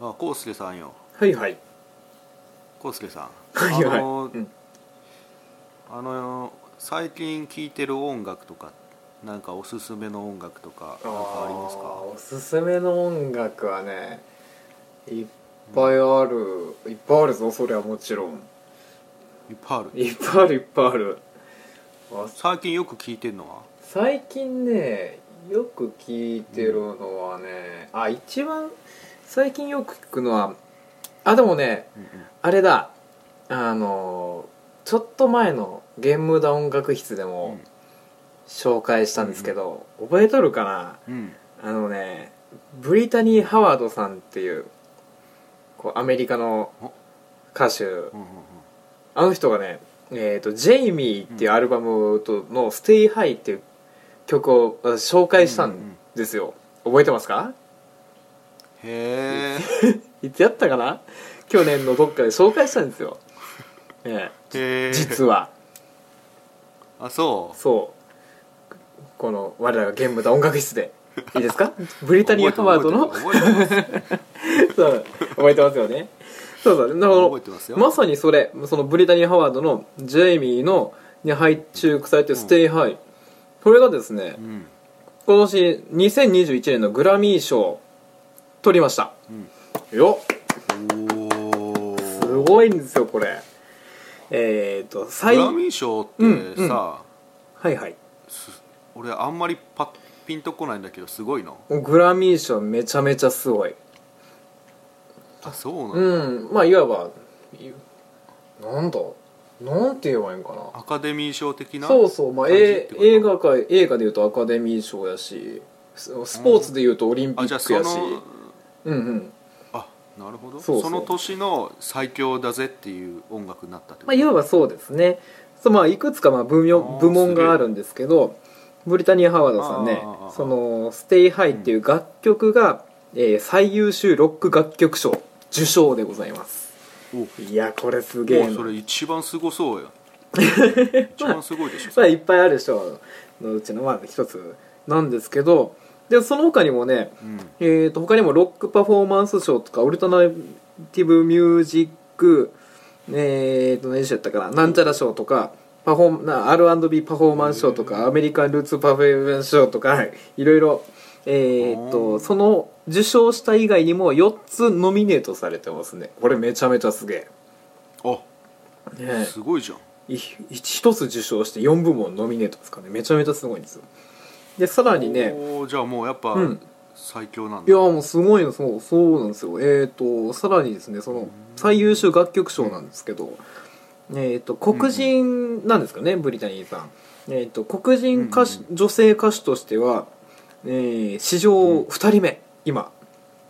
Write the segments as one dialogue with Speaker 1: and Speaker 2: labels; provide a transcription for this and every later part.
Speaker 1: あコウスケさんよ
Speaker 2: はいはい
Speaker 1: コウスケさん
Speaker 2: はいはい
Speaker 1: あのー
Speaker 2: うん
Speaker 1: あのー最近聴いてる音楽とかなんかおすすめの音楽とかなんかあります
Speaker 2: あー
Speaker 1: か
Speaker 2: おすすめの音楽はねいっぱいある、いっぱいあるぞそれはもちろん
Speaker 1: いっぱいある
Speaker 2: いっぱいあるいっぱいあるあ
Speaker 1: 最近よく聴いてるのは
Speaker 2: 最近ねよく聞いてるのはね、あ一番最近よく聞くのはあでもね
Speaker 1: うんうん
Speaker 2: あれだあのちょっと前の「ゲームだ音楽室」でも紹介したんですけど、覚えとるかな
Speaker 1: うん
Speaker 2: あのねブリタニー・ハワードさんっていうこうアメリカの歌手
Speaker 1: うんうん
Speaker 2: あの人がね「えー、とジェイミー」っていうアルバムとの「ステイハイっていう曲を私紹介したんですよ、覚えてますか
Speaker 1: へえ
Speaker 2: いつやったかな去年のどっかで紹介したんですよ、え
Speaker 1: へ
Speaker 2: え
Speaker 1: え
Speaker 2: 実は
Speaker 1: あそう
Speaker 2: そうこの我らが現場だ音楽室でいいですかブリタニー・ハワードの
Speaker 1: 覚えてます覚えて
Speaker 2: そう覚えてますよねそうそうだ
Speaker 1: ま
Speaker 2: か
Speaker 1: す
Speaker 2: ら
Speaker 1: 覚えてますよ、
Speaker 2: まさにそれそのブリタニー・ハワードのジェイミーのに配注されてる「ステイハイ、これがですね
Speaker 1: うん
Speaker 2: 今年2021年のグラミー賞を取りました
Speaker 1: うん
Speaker 2: よっ
Speaker 1: おお
Speaker 2: すごいんですよこれえっ、と最
Speaker 1: グラミー賞ってさ、
Speaker 2: うんはいはい
Speaker 1: す俺あんまりパッピンとこないんだけどすごいの
Speaker 2: グラミー賞めちゃめちゃすごい
Speaker 1: あそうなの、
Speaker 2: うんまあいわばいなんだなんて言えばいいんかな
Speaker 1: アカデミー賞的な
Speaker 2: そうそう、まあ、
Speaker 1: 感じっ
Speaker 2: え
Speaker 1: てこと
Speaker 2: 映画界映画でいうとアカデミー賞やしススポーツでいうとオリンピ
Speaker 1: あじゃあ
Speaker 2: ック
Speaker 1: そ
Speaker 2: やし、
Speaker 1: の
Speaker 2: うんうん
Speaker 1: あなるほど
Speaker 2: そ
Speaker 1: そう
Speaker 2: そう
Speaker 1: の年の最強だぜっていう音楽になったってこと
Speaker 2: まあ、いわばそうですねそう、まあ、いくつかまあ部名
Speaker 1: あー
Speaker 2: 部門があるんですけどブリタニア・ハワードさんね
Speaker 1: あーあーあー
Speaker 2: その「ステイハイっていう楽曲が、えー最優秀ロック楽曲賞受賞でございます
Speaker 1: お
Speaker 2: いやこれすげえ
Speaker 1: もう
Speaker 2: な
Speaker 1: それ一番すごそうや 一番すごいでしょ
Speaker 2: まあいっぱいある賞のうちのまあ一つなんですけどでその他にもね
Speaker 1: うん
Speaker 2: えー、と他にもロックパフォーマンス賞とかオルタナティブミュージックえー、と何賞やったかななんちゃら賞とかパフォーな R&B パフォーマンス賞とかアメリカンルーツパフォーマンス賞とかはいいろいろえー、
Speaker 1: お
Speaker 2: と
Speaker 1: ー
Speaker 2: その受賞した以外にも4つノミネートされてますねこれめちゃめちゃすげえ、
Speaker 1: あ
Speaker 2: ね
Speaker 1: すごいじゃん
Speaker 2: え、い1つ受賞して4部門ノミネートですからねめちゃめちゃすごいんですよでさらにね
Speaker 1: おーじゃあもうやっぱ
Speaker 2: うん
Speaker 1: 最強なん
Speaker 2: い
Speaker 1: だ、
Speaker 2: やもうすごいのそうそうなんですよえっ、とさらにですねその最優秀楽曲賞なんですけど、えっ、と黒人なんですかね、ブリタニーさんえっ、と黒人歌手、
Speaker 1: うん
Speaker 2: 女性歌手としては、えー史上2人目、今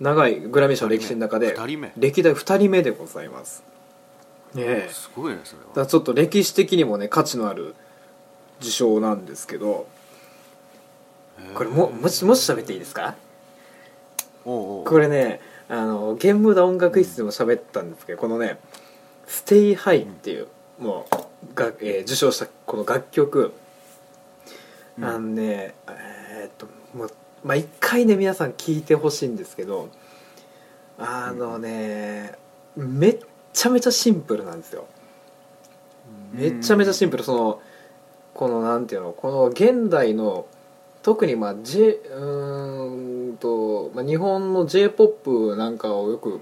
Speaker 2: 長いグラミー賞の歴史の中で
Speaker 1: 2人目
Speaker 2: 歴代2人目でございますねえ
Speaker 1: すごいねそれ
Speaker 2: だから
Speaker 1: は
Speaker 2: ちょっと歴史的にもね価値のある受賞なんですけどこれももしもし喋っていいですか
Speaker 1: おうおう
Speaker 2: これねあのゲームだ音楽室でも喋ったんですけど、このね「ステイハイっていう、もうが、えー受賞したこの楽曲、
Speaker 1: うん
Speaker 2: あのねえーっともうまあ一回ね皆さん聞いてほしいんですけどあのね、めっちゃめちゃシンプルなんですよめちゃめちゃシンプルそのこのなんていうのこの現代の特にまあ J うーんと、まあ、日本の j p o p なんかをよく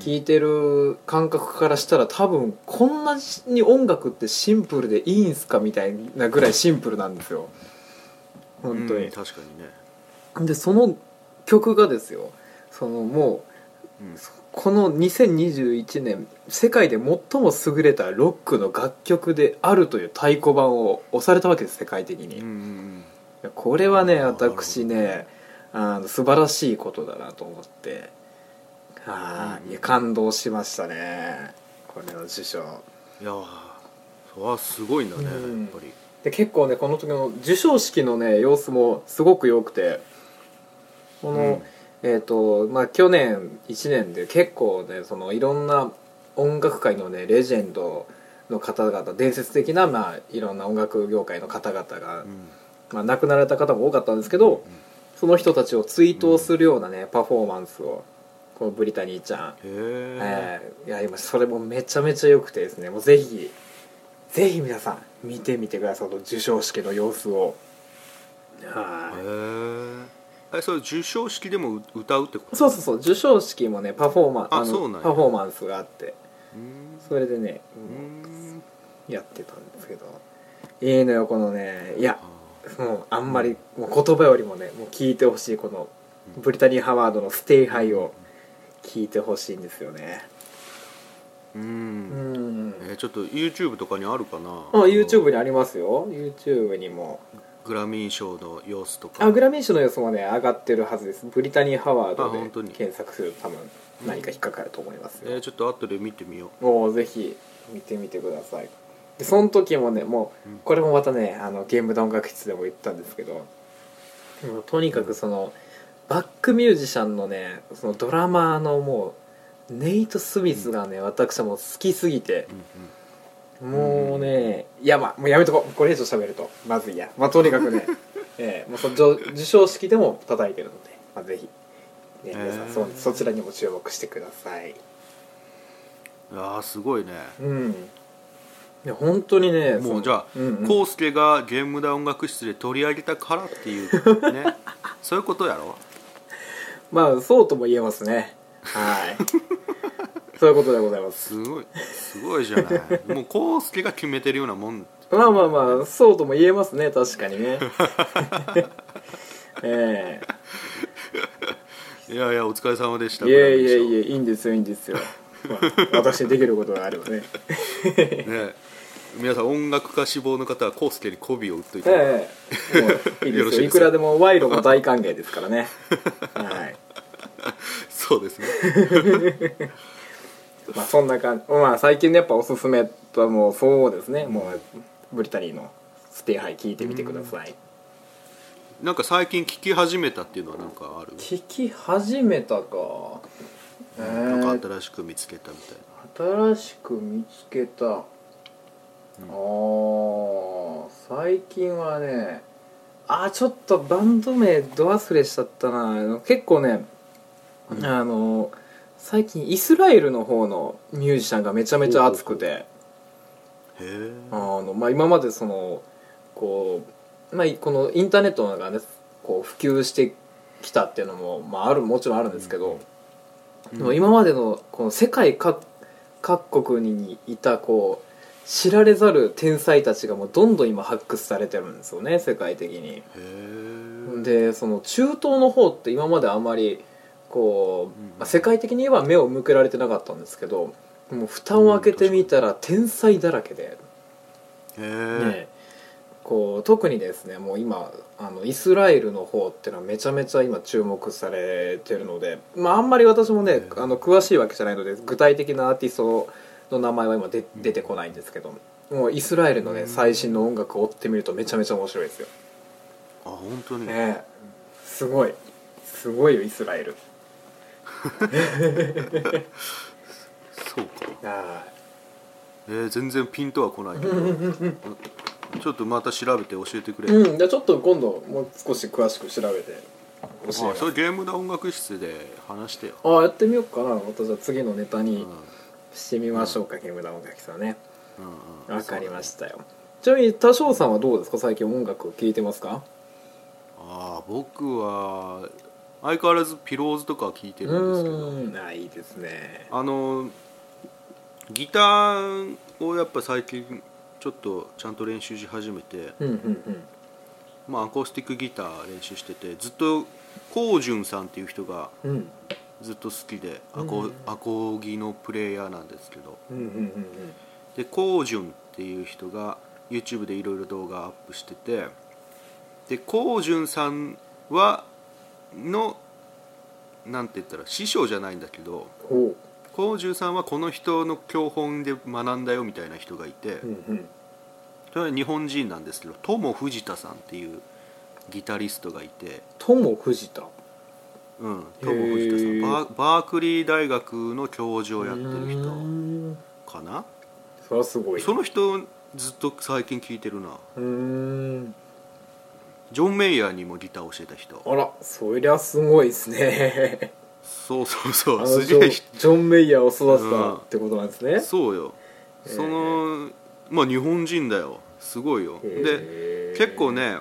Speaker 2: 聞いてる感覚からしたら多分こんなに音楽ってシンプルでいいんすかみたいなぐらいシンプルなんですよ本当
Speaker 1: う
Speaker 2: に
Speaker 1: ん、確かにね、
Speaker 2: でその曲がですよそのも
Speaker 1: うん
Speaker 2: うこの2021年世界で最も優れたロックの楽曲であるという太鼓判を押されたわけです世界的に、
Speaker 1: うんうん
Speaker 2: いやこれはね
Speaker 1: あー
Speaker 2: 私ねあの素晴らしいことだなと思っては
Speaker 1: うん
Speaker 2: いいや感動しましたねこれの受賞
Speaker 1: うんいやーそれはすごいんだね、
Speaker 2: うん
Speaker 1: やっぱり
Speaker 2: で結構ねこの時の授賞式のね様子もすごく良くてこの、えっ、とまあ去年1年で結構ねそのいろんな音楽界のねレジェンドの方々伝説的な、まあ、いろんな音楽業界の方々が、
Speaker 1: うん
Speaker 2: まあ、亡くなられた方も多かったんですけど、その人たちを追悼するようなね、パフォーマンスをこのブリタニーちゃん、
Speaker 1: え
Speaker 2: えーいや今それもめちゃめちゃ良くてですねもうぜひぜひ皆さん見てみてくださいその授賞式の様子をは
Speaker 1: え
Speaker 2: い
Speaker 1: えそれ授賞式でもう歌うってこと
Speaker 2: そうそうそう授賞式もねパフォーマン
Speaker 1: あ
Speaker 2: の
Speaker 1: そうなんや
Speaker 2: パフォーマンスがあって
Speaker 1: うーん
Speaker 2: それでね、
Speaker 1: うーん
Speaker 2: やってたんですけどいいのよこのねいや
Speaker 1: あ
Speaker 2: もうあんまりもう言葉よりもねもう聞いてほしいこのブリタニー・ハワードの「ステイハイ」を聞いてほしいんですよね
Speaker 1: ーう
Speaker 2: うんん
Speaker 1: えーちょっと YouTube とかにあるかな
Speaker 2: あ YouTube にありますよ YouTube にも
Speaker 1: グラミー賞の様子とか
Speaker 2: あグラミー賞の様子もね上がってるはずですブリタニー・ハワー
Speaker 1: あ
Speaker 2: ド
Speaker 1: 本当
Speaker 2: で
Speaker 1: に
Speaker 2: 検索すると多分何か引っかかると思いますよ
Speaker 1: えーちょっと後で見てみよ
Speaker 2: もうぜひ見てみてくださいでその時もねもうこれもまたねあのゲームの音楽室でも言ったんですけどもうとにかくそのバックミュージシャンのねそのドラマーのもうネイト・スミスがね私はもう好きすぎて
Speaker 1: う、うん
Speaker 2: もうねいやまあもうやめとこうこれ以上喋るとまずいやまあとにか くね、ええもうその授授賞式でも叩いてるので、まあ、ぜひ、ね、皆さんそ
Speaker 1: へえ
Speaker 2: そちらにも注目してください
Speaker 1: うん、ああすごいね、
Speaker 2: うんいや本当にね
Speaker 1: もうじゃあ
Speaker 2: そのうんうん
Speaker 1: コウスケがゲームだ音楽室で取り上げたからっていう ねそういうことやろ
Speaker 2: まあそうとも言えますねはい そういうことでございます
Speaker 1: すごいすごいじゃないもうコウスケが決めてるようなもん
Speaker 2: まあまあまあそうとも言えますね確かにね え
Speaker 1: いやいやお疲れ様でし
Speaker 2: え
Speaker 1: た
Speaker 2: いやいやい
Speaker 1: や
Speaker 2: やいいんですよいいんですよ、まあ、私にできることがあ ればね
Speaker 1: ね皆さん音楽家志望の方はコウスケに媚びを売っといて、
Speaker 2: ええもういい
Speaker 1: よ
Speaker 2: で
Speaker 1: ろ
Speaker 2: す
Speaker 1: しいです
Speaker 2: よ
Speaker 1: よ
Speaker 2: いくらでも賄賂も大歓迎ですからねはい
Speaker 1: そうですね
Speaker 2: まあそんな感じまあ最近のやっぱおすすめはもうそうですねもうブリタニーのステイハイ聞いてみてください、
Speaker 1: なんか最近聞き始めたっていうのはなんかある、
Speaker 2: 聞き始めたかえ
Speaker 1: なん
Speaker 2: ー
Speaker 1: か新しく見つけたみたい
Speaker 2: 新しく見つけた、ああ最近はねあーちょっとバンド名ど忘れしちゃったなあの結構ね、
Speaker 1: うん
Speaker 2: あの最近イスラエルの方のミュージシャンがめちゃめちゃ熱くて
Speaker 1: なへえ
Speaker 2: あの、まあ、今までそのこう、まあ、このインターネットがねこう普及してきたっていうのも、まあ、あるもちろんあるんですけど、でも今までのこの世界各各国にいたこう知られざる天才たちがもうどんどん今発掘されてるんですよね世界的に。
Speaker 1: へえ
Speaker 2: でその中東の方って今まであんまりこ
Speaker 1: うん
Speaker 2: う、まあ世界的に言えば目を向けられてなかったんですけどもう蓋を開けてみたら天才だらけで、
Speaker 1: へ
Speaker 2: ね
Speaker 1: え
Speaker 2: こう特にですねもう今あのイスラエルの方ってのはめちゃめちゃ今注目されてるので、まあ、あんまり私もね
Speaker 1: ええ
Speaker 2: あの詳しいわけじゃないので具体的なアーティストの名前は今で出てこないんですけどもうイスラエルのね
Speaker 1: うん
Speaker 2: 最新の音楽を追ってみるとめちゃめちゃ面白いですよ、
Speaker 1: あ本当に、
Speaker 2: ねえ、すごいすごいよイスラエル
Speaker 1: そうか
Speaker 2: あ
Speaker 1: えー、全然ピンとは来ないけどちょっとまた調べて教えてくれ、
Speaker 2: うんじゃあちょっと今度もう少し詳しく調べて
Speaker 1: あ
Speaker 2: 教えます
Speaker 1: それゲームだ音楽室で話してよ、
Speaker 2: ああやってみようかなまたじゃあ次のネタ
Speaker 1: うん
Speaker 2: に
Speaker 1: うん
Speaker 2: してみましょうか、ゲームダ音楽さんね
Speaker 1: うん
Speaker 2: わかりましたよちなみに多少さんはどうですか最近音楽を聴いてますか
Speaker 1: ああ僕は相変わらずピローズとかは聞いてるんですけど
Speaker 2: んあいいですね
Speaker 1: あのギターをやっぱ最近ちょっとちゃんと練習し始めて、
Speaker 2: うんうん
Speaker 1: まあ、アコースティックギター練習しててずっとコウジュンさんっていう人が
Speaker 2: うんうん
Speaker 1: ずっと好きでア
Speaker 2: う
Speaker 1: コ,、
Speaker 2: ん
Speaker 1: アコギのプレイヤーなんですけど
Speaker 2: うんうんうん
Speaker 1: でコウジュンっていう人が YouTube でいろいろ動画アップしててでコウジュンさんはのなんて言ったら師匠じゃないんだけど
Speaker 2: ほ
Speaker 1: コウジュンさんはこの人の教本で学んだよみたいな人がいて、
Speaker 2: ううんうん
Speaker 1: それは日本人なんですけど友藤田さんっていうギタリストがいて、
Speaker 2: 友藤田
Speaker 1: うん、友藤田さ
Speaker 2: へ
Speaker 1: ん
Speaker 2: ー
Speaker 1: バーバークリー大学の教授をやってる
Speaker 2: う
Speaker 1: 人
Speaker 2: ーん
Speaker 1: かな
Speaker 2: それはすごい
Speaker 1: その人ずっと最近聴いてるな
Speaker 2: うーん
Speaker 1: ジョン・メイヤーにもギター教えた人
Speaker 2: あらそりゃすごいですね
Speaker 1: そうそうそ
Speaker 2: あの
Speaker 1: う
Speaker 2: ジ
Speaker 1: すげ
Speaker 2: ョン
Speaker 1: え
Speaker 2: ジョン・メイヤーを育てたってことなんですね、
Speaker 1: そうよ
Speaker 2: えー
Speaker 1: その、まあ日本人だよすごいよで
Speaker 2: へー
Speaker 1: 結構、ね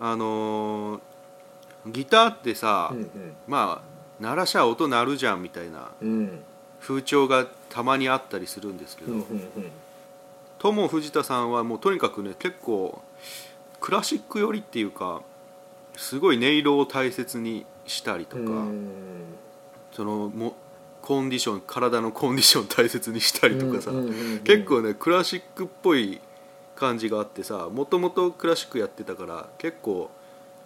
Speaker 1: あのーギターってさ、
Speaker 2: うん
Speaker 1: まあ鳴らしゃ音鳴るじゃんみたいな
Speaker 2: うんうん
Speaker 1: 風潮がたまにあったりするんですけ
Speaker 2: う
Speaker 1: ど、
Speaker 2: んうんうん
Speaker 1: トモ藤田さんはもうとにかくね結構クラシック寄りっていうかすごい音色を大切にしたりとか、
Speaker 2: うん
Speaker 1: そのもコンディション体のコンディション大切にしたりとかさ、
Speaker 2: うんうんうんうん
Speaker 1: 結構ねクラシックっぽい感じがあってさもともとクラシックやってたから結構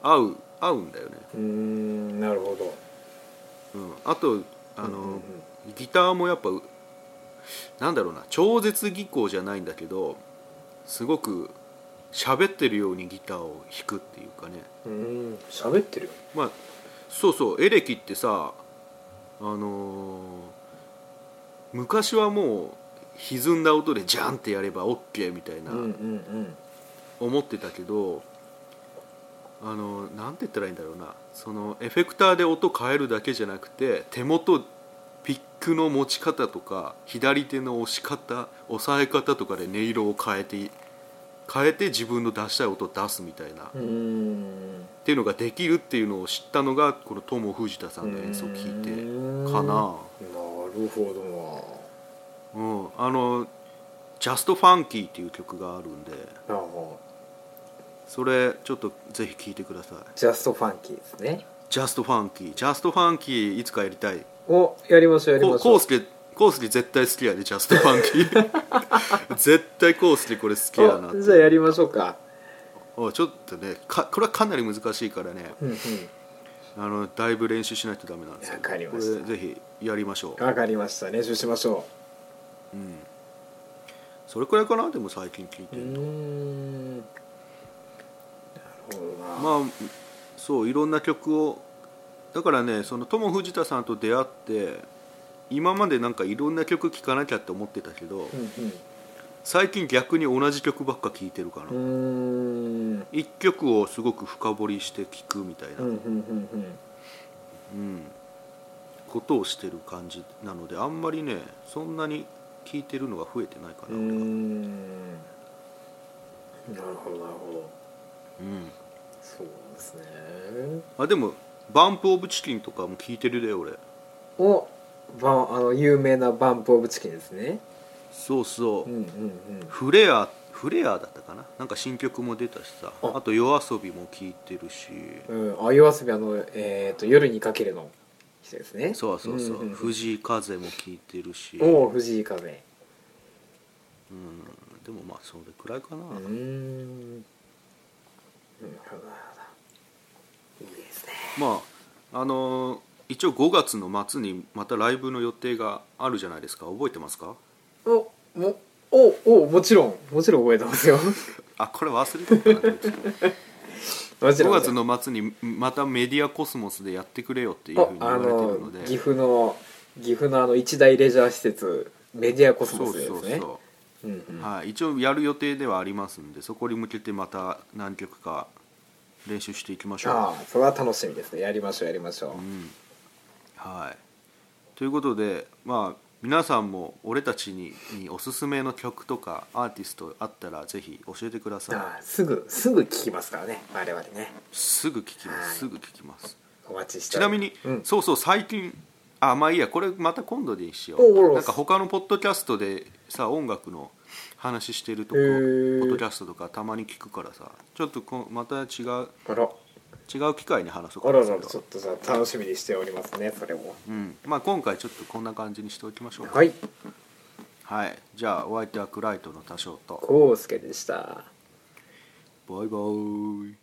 Speaker 1: 合う合うんだよね、
Speaker 2: うーんなるほど
Speaker 1: うん、あとあの、
Speaker 2: うんうんうん
Speaker 1: ギターもやっぱうなんだろうな超絶技巧じゃないんだけどすごく喋ってるようにギターを弾くっていうかね
Speaker 2: うーん喋ってるよ
Speaker 1: まあそうそうエレキってさあのー昔はもう歪んだ音でジャンってやれば OK みたいな
Speaker 2: うんうん
Speaker 1: 思ってたけど、あのーなんて言ったらいいんだろうなそのエフェクターで音変えるだけじゃなくて手元ピックの持ち方とか左手の押し方押さえ方とかで音色を変えて変えて自分の出したい音を出すみたいな
Speaker 2: うんうーん
Speaker 1: っていうのができるっていうのを知ったのがこの友藤田さんの演奏を聞いてかな
Speaker 2: なるほど
Speaker 1: うん、あの「ジャストファンキーっていう曲があるんで
Speaker 2: なああ
Speaker 1: それちょっとぜひ聴いてください
Speaker 2: ジャストファンキーですね
Speaker 1: 「ジャストファンキージャストファンキーいつかやりたい
Speaker 2: おやりましょうやり
Speaker 1: こ
Speaker 2: ま
Speaker 1: う
Speaker 2: しょ
Speaker 1: コ
Speaker 2: う
Speaker 1: ウスケコウスケ絶対好きやで、ジャストファンキー 絶対コウスケこれ好きやなっ
Speaker 2: おじゃあや
Speaker 1: て
Speaker 2: りましょうか
Speaker 1: おいちょっとねかこれはかなり難しいからね
Speaker 2: うんうん
Speaker 1: あのだいぶ練習しないとダメなんですよ
Speaker 2: わかりました
Speaker 1: これぜひやりましょう
Speaker 2: わかりました練習しましょ
Speaker 1: うんそれくらいかなでも最近聞いうて
Speaker 2: うー
Speaker 1: るの
Speaker 2: んなるほどな
Speaker 1: まあそういろんな曲をだからねその友藤田さんと出会って今までなんかいろんな曲聴かなきゃって思ってたけど、
Speaker 2: う
Speaker 1: 最近逆に同じ曲ばっか聴いてるかな、
Speaker 2: んうんうーん
Speaker 1: 一曲をすごく深掘りして聴くみたいな、
Speaker 2: うんうんうんうん
Speaker 1: うんことをしてる感じなのであんまりねそんなに聴いてるのが増えてないか
Speaker 2: うー
Speaker 1: な、俺は
Speaker 2: んなるほどなるほど
Speaker 1: うん
Speaker 2: そうなんですね
Speaker 1: あでも「バンプ・オブ・チキン」とかも聴いてるで俺
Speaker 2: おバンあの有名なバンプ・オブ・チキンですね
Speaker 1: そうそう、
Speaker 2: うんうん
Speaker 1: フレアフレアだったかななんか新曲も出たしさ
Speaker 2: あ
Speaker 1: あと夜遊びも聴いてるし
Speaker 2: うん、うん、あ夜遊びあの、えー、と夜にかけるの人ですね
Speaker 1: そうそうそう、
Speaker 2: んんん
Speaker 1: 藤井風も聴いてるし、うん、
Speaker 2: おお藤井風
Speaker 1: でもまあそれくらいかな、
Speaker 2: うーんなるほどなるほどいいですね
Speaker 1: まああのー一応5月の末にまたライブの予定があるじゃないですか覚えてますか
Speaker 2: おもおおもちろんもちろん覚えてま すよ
Speaker 1: あこれ忘れてたな
Speaker 2: もちろ
Speaker 1: 5
Speaker 2: ん
Speaker 1: 月の末にまたメディアコスモスでやってくれよっていうふうに言わ
Speaker 2: あ
Speaker 1: れてる
Speaker 2: の
Speaker 1: ので
Speaker 2: 岐阜の岐阜のあの一大レジャー施設メディアコス
Speaker 1: そ
Speaker 2: モ
Speaker 1: う
Speaker 2: スですね
Speaker 1: そうそう
Speaker 2: うんうん
Speaker 1: はい、一応やる予定ではありますんでそこに向けてまた何曲か練習していきましょう、
Speaker 2: ああそれは楽しみですねやりましょうやりましょ
Speaker 1: うんはい、ということで、まあ、皆さんも俺たちににおすすめの曲とかアーティストあったらぜひ教えてくだ
Speaker 2: う、
Speaker 1: さ
Speaker 2: ああすぐすぐ聞きますからね我々ね
Speaker 1: いすぐ聞きま
Speaker 2: はい
Speaker 1: すすぐ聞きます
Speaker 2: お待ちして
Speaker 1: ち
Speaker 2: おり
Speaker 1: なみに、
Speaker 2: うん、
Speaker 1: そうそう最近あまあいいやこれまた今度でしよ
Speaker 2: お
Speaker 1: う
Speaker 2: う
Speaker 1: なんか他のポッドキャストでさ音楽の話してるとこ、
Speaker 2: へー
Speaker 1: ポッドキャストとかたまに聞くからさちょっとこうまた違う
Speaker 2: あら
Speaker 1: 違う機会に話そうかな
Speaker 2: あらら
Speaker 1: それ
Speaker 2: ら
Speaker 1: は
Speaker 2: ちょっとじゃあ楽しみにしておりますねそれも
Speaker 1: うんまあ、今回ちょっとこんな感じにしておきましょうか
Speaker 2: はい
Speaker 1: はいじゃあお相手はクライトの多少と
Speaker 2: コウスケでした
Speaker 1: バイバイ